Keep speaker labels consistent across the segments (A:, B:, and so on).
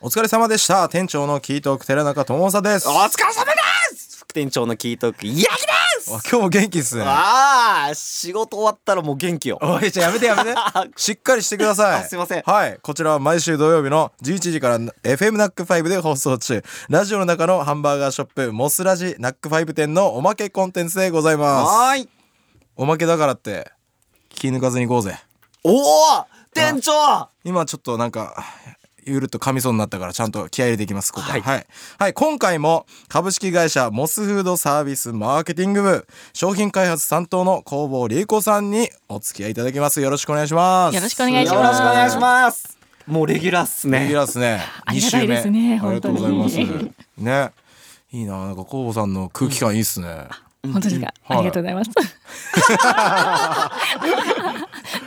A: お疲れ様でした。店長のキートーク寺中智さです。
B: お
A: あ
B: 疲れ様です副店長のキートーク、ヤギです
A: 今日も元気っすね。
B: ああ、仕事終わったらもう元気よ。
A: おい、ちょ、やめてや めて。しっかりしてください。
B: あすいません
A: はい。こちらは毎週土曜日の11時から FM ナック5で放送中。ラジオの中のハンバーガーショップ、モスラジナック5店のおまけコンテンツでございます。
B: はーい。
A: おまけだからって、気抜かずに行こうぜ。
B: おお店長は
A: 今ちょっとなんかゆるっと噛みそうになったからちゃんと気合い入れていきますここは
B: はいい
A: はい、はい今回も株式会社モスフードサービスマーケティング部商品開発担当の工房理子さんにお付き合いいただきますよろしくお願いします
C: よろしくお願いします
B: よろしくお願いします。もうレギュラーっす
A: レギュ
B: ね。
A: ラーですね
C: あ
A: 二
C: り
A: 週
C: がた
A: 目
C: いですね
A: ありがとうございます
C: 本
A: ねいいななんか工房さんの空気感いいっすね
C: 本当ですか、
A: はい
C: ありがとうござ います。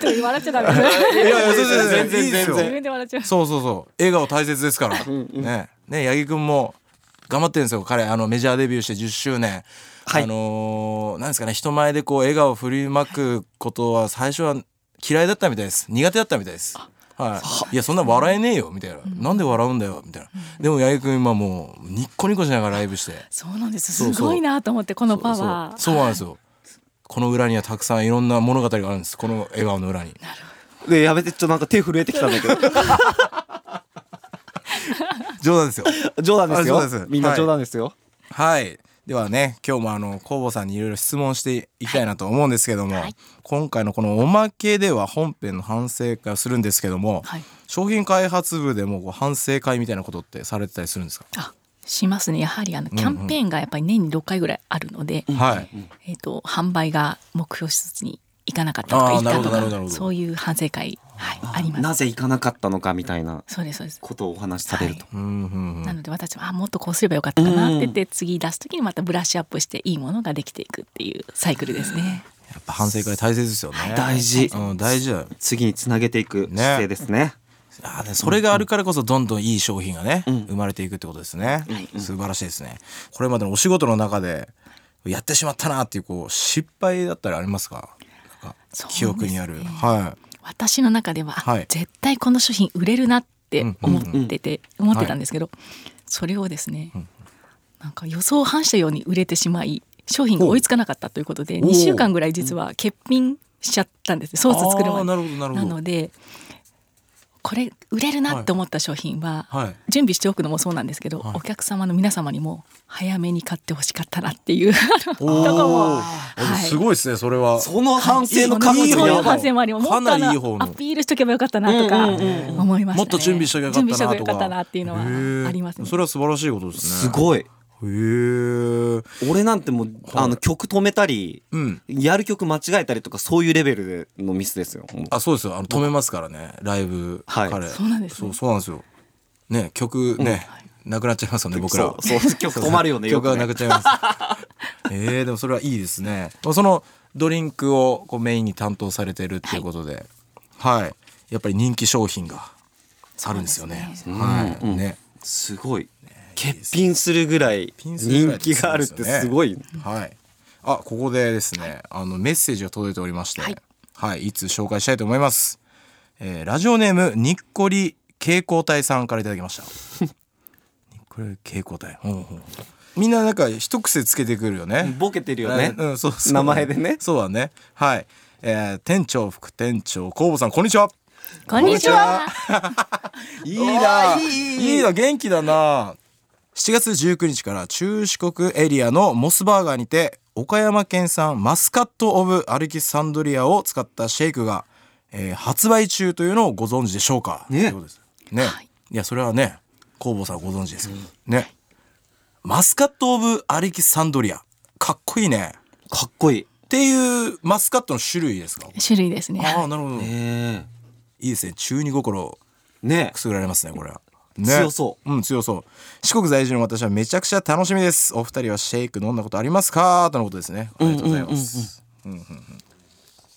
C: ちょっと笑っちゃダメですね。
A: いやいや全然
B: 全然
A: いいっすよ
B: 全
C: 自分で笑っちゃう。
A: そうそうそう笑顔大切ですからねね八木くんも頑張ってるんですよ彼あのメジャーデビューして10周年、
B: はい
A: あのーなんですかね人前でこう笑顔を振りまくことは最初は嫌いだったみたいです苦手だったみたいですはい、いやそんな笑えねえよみたいな、なんで笑うんだよみたいな、でも八木くん今もうニッコニコしながらライブして
C: そうなんです。
A: そうそう
C: すごいなと思ってこのパ
A: そう
C: ワー。
A: そうなんですよこの裏にはたくさんいろんな物語があるんですこの笑顔の裏に
B: で、やめて、ちょっとなんか手震えてきたんだけど。
A: 冗談ですよ
B: 冗談ですよ
A: あそうです。
B: みんな冗談ですよ。
A: はい。ではね、今日もあの、工房さんにいろいろ質問していきたいなと思うんですけども、
C: はい
A: 今回のこのおまけでは本編の反省会をするんですけども、
C: はい
A: 商品開発部でもこう反省会みたいなことってされてたりするんですか、
C: あ、しますね。やはりあのキャンペーンがやっぱり年に6回ぐらいあるので、
A: はい。
C: えっ、と販売が目標施設に行かなかったとか
A: あー
C: 行った
A: なるほどなるほどなるほど
C: とか、そういう反省会はいありま
B: な
C: す。
B: ぜ行かなかったのかみたいな
C: そうですそうです。
B: ことをお話しされると。
A: うんうんう。
C: なんので私はあもっとこうすればよかったかなって言って次出す時にまたブラッシュアップしていいものができていくっていうサイクルですね。
A: やっぱ反省会大切ですよね。
B: 大事
A: うん、大事だよ。
B: 次につなげていく姿勢ですね。
A: あーでそれがあるからこそどんどんいい商品がね、
B: ん
A: 生まれていくってことですね、
C: はい
A: 素晴らしいですねこれまでのお仕事の中でやってしまったなっていうこう失敗だったらありますかなんか
C: そうです
A: 記
C: ね
A: 憶にある、は
C: 私の中では、
A: はい
C: 絶対この商品売れるなって思ってて、思ってたんですけど、それをですね、なんか予想を反したように売れてしまい商品が追いつかなかったということで
A: おう
C: 2週間ぐらい実は欠品しちゃったんですソース作る
A: あー
C: 前に
A: なるほどなるほど
C: のでこれ売れるなって思った商品は、
A: はいはい
C: 準備しておくのもそうなんですけど、
A: はい
C: お客様の皆様にも早めに買ってほしかったなってい
A: い
C: う
A: おー
C: とこも
A: でも
C: はい
A: すごいですねそれは
B: その反省の
A: 覚
B: 数
A: 悟
C: いい
A: や
C: そ
A: ばの
C: ういう反省もありますも
A: か
C: っ
A: な
C: と
A: りいい
C: あ
A: 方
C: の
A: の
C: アピールしとけばよかったなとか
B: うんうんうんうん
C: 思いまし
A: も
C: た、ね、
A: っと準備しとけばよかったなとか
C: 準備しとけばよかったなっていうの
A: へ
C: は
A: ー
C: ありますね
A: それは素晴らしいことですね
B: すごい。
A: へー
B: 俺なんてもう、あの曲止めたり、
A: うん
B: やる曲間違えたりとかそういうレベルのミスですよ。
A: あそうですよあの止めますからねライブ、
B: はい
A: 彼
C: そうなんですね
A: そうそうなんですよね曲ね、なくなっちゃいますよね僕らは
B: そうそう曲止まるよねよ
A: 曲
B: く
A: がな
B: ね
A: くなっちゃいますえー、でもそれはいいですねそのドリンクをこうメインに担当されてるっていうことではい、やっぱり人気商品があるんですよねはい、ね
B: すごい。欠品するぐらい
A: 品するぐら
B: 人
A: い
B: 気があるってすごい。
A: はい。あ、ここでですね、あのメッセージが届いておりまして、は
C: はいい、
A: い、つ紹介したいと思います。えーラジオネームにっこり蛍光隊さんからいただきました。 にっこり蛍光隊。ほうほうみんななんか一癖つけてくるよね。
B: ボケてるよね。
A: うん、そうそう
B: 名前でね。
A: そうだね。はい。えー店長副店長工房さんこんにちは。
C: こんにちは。
A: いいな
B: おーいい
A: いいな元気だな7月19日から中四国エリアのモスバーガーにて岡山県産マスカット・オブ・アルキサンドリアを使ったシェイクが、えー発売中というのをご存知でしょうか
B: ね
A: ということですね、い、やそれはね工房さんご存知ですよ、ねマスカット・オブ・アルキサンドリアかっこいいね
B: かっこいい。
A: っていうマスカットの種類ですか
C: 種類ですね。
A: ああなるほど、い
B: え
A: いですね中二心
B: え。ね
A: くすぐられますねこれは、ね
B: 強そう
A: うん強そう四国在住の私はめちゃくちゃ楽しみですお二人はシェイク飲んだことありますかとのことですねありがとうございます、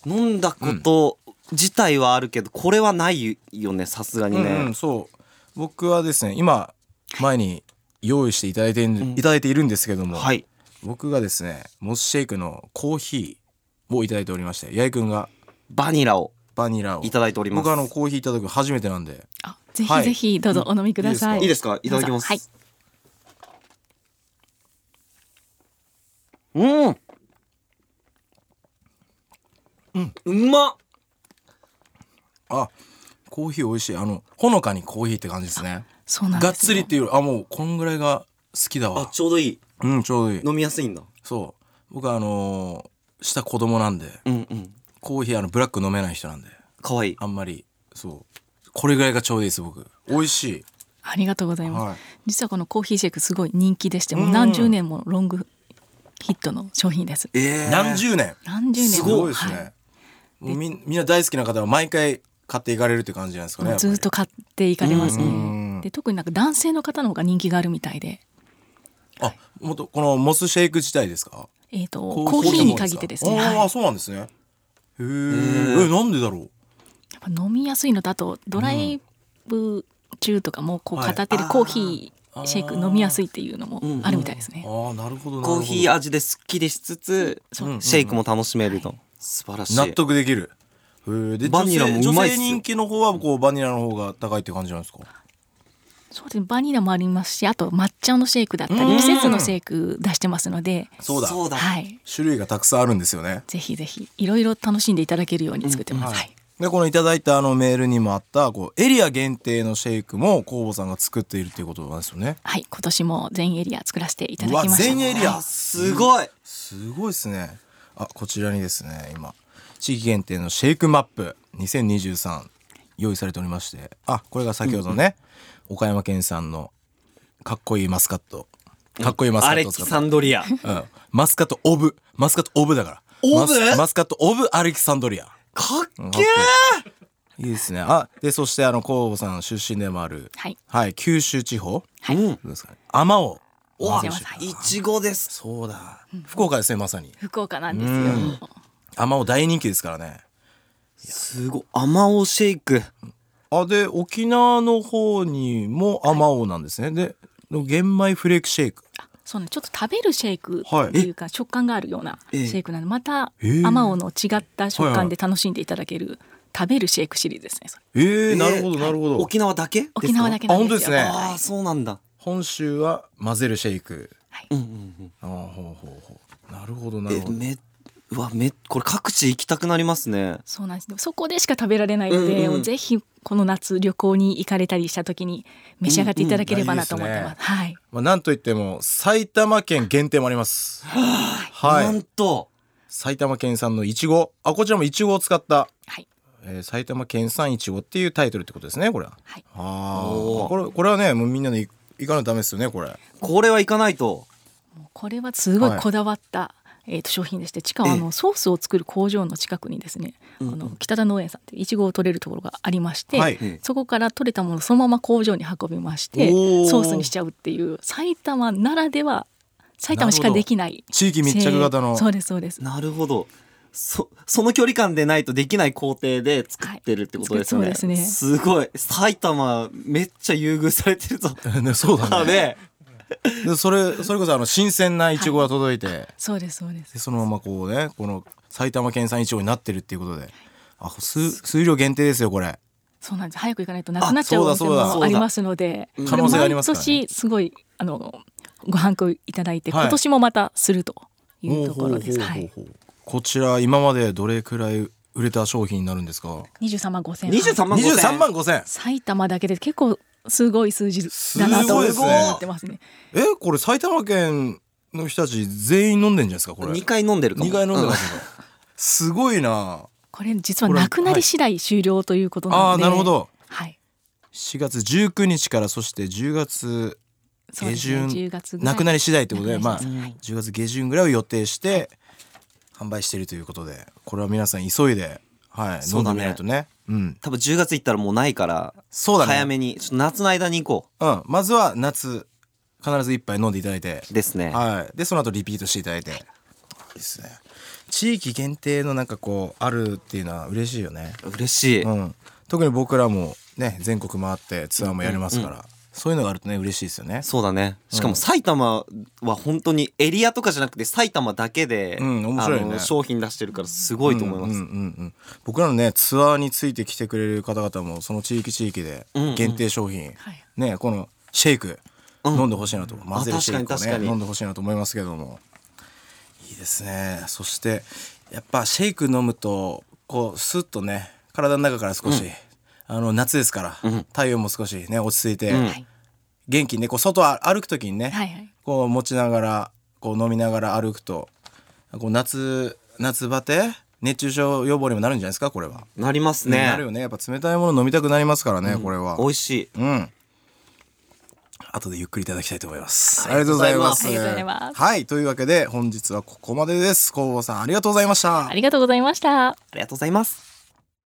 B: 飲んだこと自体はあるけどこれはないよねさすがに
A: うんう
B: ね
A: ん。そう僕はですね今前に用意していただいてん、いただいているんですけども、
B: はい。
A: 僕がですねモスシェイクのコーヒーをいただいておりまして八重くんが
B: バニラを
A: バニラを
B: いただいております
A: 僕はあのコーヒーいただくの初めてなんで
C: あぜひぜひどうぞお飲みください。
B: いいですかいただきます。
C: どうぞ
B: うん。うん、うまっ。
A: あコーヒー美味しいあのほのかにコーヒーって感じですね
C: そうなんです、ね。
A: がっつりっていうよりあもうこんぐらいが好きだ
B: あ
A: わ、
B: ちょうどいい。
A: うんちょうどいい
B: 飲みやすいんだ。
A: そう僕はあのー下子供なんで
B: うんうん。
A: コーヒーあのブラック飲めない人なんで
B: かわいい。
A: あんまりそうこれぐらいがちょうどいいです僕美味し
C: ありがとうござい
A: い、
C: ます。
A: は
C: 実はこのコーヒーシェイクすごい人気でして、もううん何十年もロングヒットの商品です。
B: え
A: い、何十年
C: 何十年も
A: すごいですね、
C: は
A: もうみんみんな大好きな方は毎回買っていかれるって感じなんですかね
C: もうずっと買っていかれますね。
A: うんうんうん
C: で特になんか男性の方の方が人気があるみたいで、
A: あもっとこのモスシェイク自体ですか
C: えっ、とコーヒーに限ってですね。
A: あ
C: はい
A: あー、そうなんですねへええなんでだろう
C: やっぱ飲みやすいのだとドライブ中とかもこう
A: はい
C: 片手でコーヒーシェイク飲みやすいっていうのも
B: うんうん
C: あるみたいですね。
A: ああなるほどなるほど
B: コーヒー味ですっきりしつつ、
C: そう
A: うん
B: シェイクも楽しめると。素晴らしい。
A: 納得できるへーで
B: バニラもうまいっ
A: 女性女性
B: すよ
A: 人気の方はこうバニラの方が高いって感じなんですか
C: そうですねバニラもありますしあと抹茶のシェイクだったり
A: うん
C: 季節のシェイク出してますので、
A: そうだ
B: そうだ。
C: はい、
A: 種類がたくさんあるんですよね
C: ぜひぜひいろいろ楽しんでいただけるように作ってます。
A: うん
C: はい
A: でこのいただいたあのメールにもあったこうエリア限定のシェイクも工房さんが作っているっていうことなんですよね
C: はい、今年も全エリア作らせていただきました。
A: うわ全エリア
B: あすごい。
A: すごいですねあこちらにですね今地域限定のシェイクマップ2023用意されておりましてあこれが先ほどね、岡山県産のかっこいいマスカットかっこいいマスカ
B: ア
A: ッ
B: レ
A: トを
B: キ
A: 使っ
B: サ
A: た
B: ンドリア。
A: うん、マスカットオブマスカットオブだから
B: オブ
A: マスマスカットオブアレキサンドリア
B: かっ
A: うん
B: けえ。
A: いいですねあでそしてあの工房さん出身でもある
C: はい、
A: はい九州地方
C: はい、
B: うん。
A: どうですかね天王
B: お
C: わ
B: わ
C: かりました
B: いちごです。
A: そうだ福岡ですねまさに
C: 福岡なんです
A: うん
C: よ。
A: 天王大人気ですからね
B: すごい。アマオシェイク。
A: あで沖縄の方にもアマオなんですね、での玄米フレークシェイク
C: そうね、ちょっと食べるシェイクっていうか、食感があるようなシ
B: ええ
C: ェイクなので、また、
A: ええ
C: アマオの違った食感で楽しんでいただける食べるシェイクシリーズですね。それ
A: えー
B: えー
A: なるほどなるほど、
B: 沖縄だけですか
C: 沖縄だけなんですよ。
A: あ本当ですね
B: あ
C: は
B: あ、
C: い
B: そうなんだ。
A: 本州は混ぜるシェイク
B: うんうん
A: あーほうほうほうなるほどな
B: うん。
A: る
B: え
A: ほど
B: めうわめこれ各地行きたくなりますね。
C: そうなんです。でもそこでしか食べられないので、
B: うんうん
C: ぜひこの夏旅行に行かれたりした時に召し上がっていただければなと思ってます。
A: うんうん
C: はい。
A: まあ、なんといっても埼玉県限定もありますは
B: ないんと
A: 埼玉県産のいちごあこちらもいちごを使った、
C: はい。
A: えー埼玉県産いちごっていうタイトルってことですねこれは
C: はい。
A: あ
B: お
A: あ
B: ー
A: これこれはねもうみんなで行行かないとダメですよねこれ
B: これは行かないと。
C: もうこれはすごい
A: はい
C: こだわった、えーと商品でして、しかもあのソースを作る工場の近くにですね、あの北田農園さんっていちごを取れるところがありまして、
A: はい
C: そこから取れたものをそのまま工場に運びまして
A: おー
C: ソースにしちゃうっていう埼玉ならでは埼玉しかできない
A: 地域密着型の
C: そうですそうです
B: なるほど。そその距離感でないとできない工程で作ってるってことですよね。
C: はいそうですね
B: ごい埼玉めっちゃ優遇されてるぞ。
A: ね そうだ
B: あ
A: ね
B: れ
A: でそれそれこそあの新鮮ないちごが届いて、
C: そうですそうです
A: でそのままこうねこの埼玉県産いちごになってるっていうことであ数数量限定ですよこれ
C: そうなんです早く行かないとなくなっちゃう
A: あ
C: お
A: そ
C: 店
A: うだそうだ
C: もありますので
B: そうだ
A: 可
C: これ
A: 能性がありますから
C: 毎
A: ね
C: 年すごいあのご反抗いただいて、
A: はい
C: 今年もまたするとい
A: お
C: う
A: ー
C: ところですはい
A: ほうほうほうこちら今までどれくらい売れた商品になるんですか
C: 23万5000円
B: 二十三万五千。
A: 23万5千
C: 埼玉だけで結構すごい数字だなと
B: すごい
C: 思
B: ですね
C: ってますね
A: えこれ埼玉県の人たち全員飲んでんじゃないですかこれ
B: 二回飲んでるかも。
A: 二回飲んで
B: う
A: ますよすごいな
C: これ実は
A: これ
C: なくなり次第終了ということ
A: あ
C: なの
A: あ
C: で、
A: なるほど
C: はい
A: 4月19日からそして10月
C: そうです
A: 下
C: ね
A: 旬
C: 10月ぐらい
A: なくなり次第ってことで
C: なくな
A: まあ
C: り次第はい
A: 10月下旬ぐらいを予定して販売しているということでこれは皆さん急いではい
B: そ
A: 飲
B: うん
A: でみ
B: だね
A: ないとねうん
B: 多分10月行ったらもうないから、
A: そうだね
B: 早めにちょっと夏の間に行こ
A: うんまずは夏必ず一杯飲んでいただいて
B: うですね。
A: はい、でその後リピートしていただいて、い、いですね地域限定のなんかこうあるっていうのは嬉しいよね、
B: 嬉しい。
A: うん、特に僕らもね全国回ってツアーもやりますから、そういうのがあるとね嬉しいですよね。
B: そうだねしかも埼玉は本当にエリアとかじゃなくて埼玉だけで、
A: うん面白いね
B: あの商品出してるからすごいと思います、
A: うんうんうんうん僕らのねツアーについて来てくれる方々もその地域地域で
B: うんうん
A: 限定商品、
C: はい
A: ねこのシェイク、
B: うん
A: 飲んでほしいなと混ぜるシェイクを
B: 確かに確
A: ね
B: かに
A: 飲んでほしいなと思いますけどもいいですねそしてやっぱシェイク飲むとこうスッとね体の中から少し、あの夏ですから、体温も少しね落ち着いて、
B: うん
C: はい
A: 元気にねこう外あ歩く時にね、
C: はいはい
A: こう持ちながらこう飲みながら歩くとこう夏夏バテ熱中症予防にもなるんじゃないですかこれは。
B: なりますね
A: なるよねやっぱ冷たいもの飲みたくなりますからね、これは
B: 美。味しい
A: うん。後でゆっくりいただきたいと思います。ありがとうございます。
C: ありがとうございます
A: はい、というわけで本日はここまでです。工房さんありがとうございました。
C: ありがとうございました
B: ありがとうございます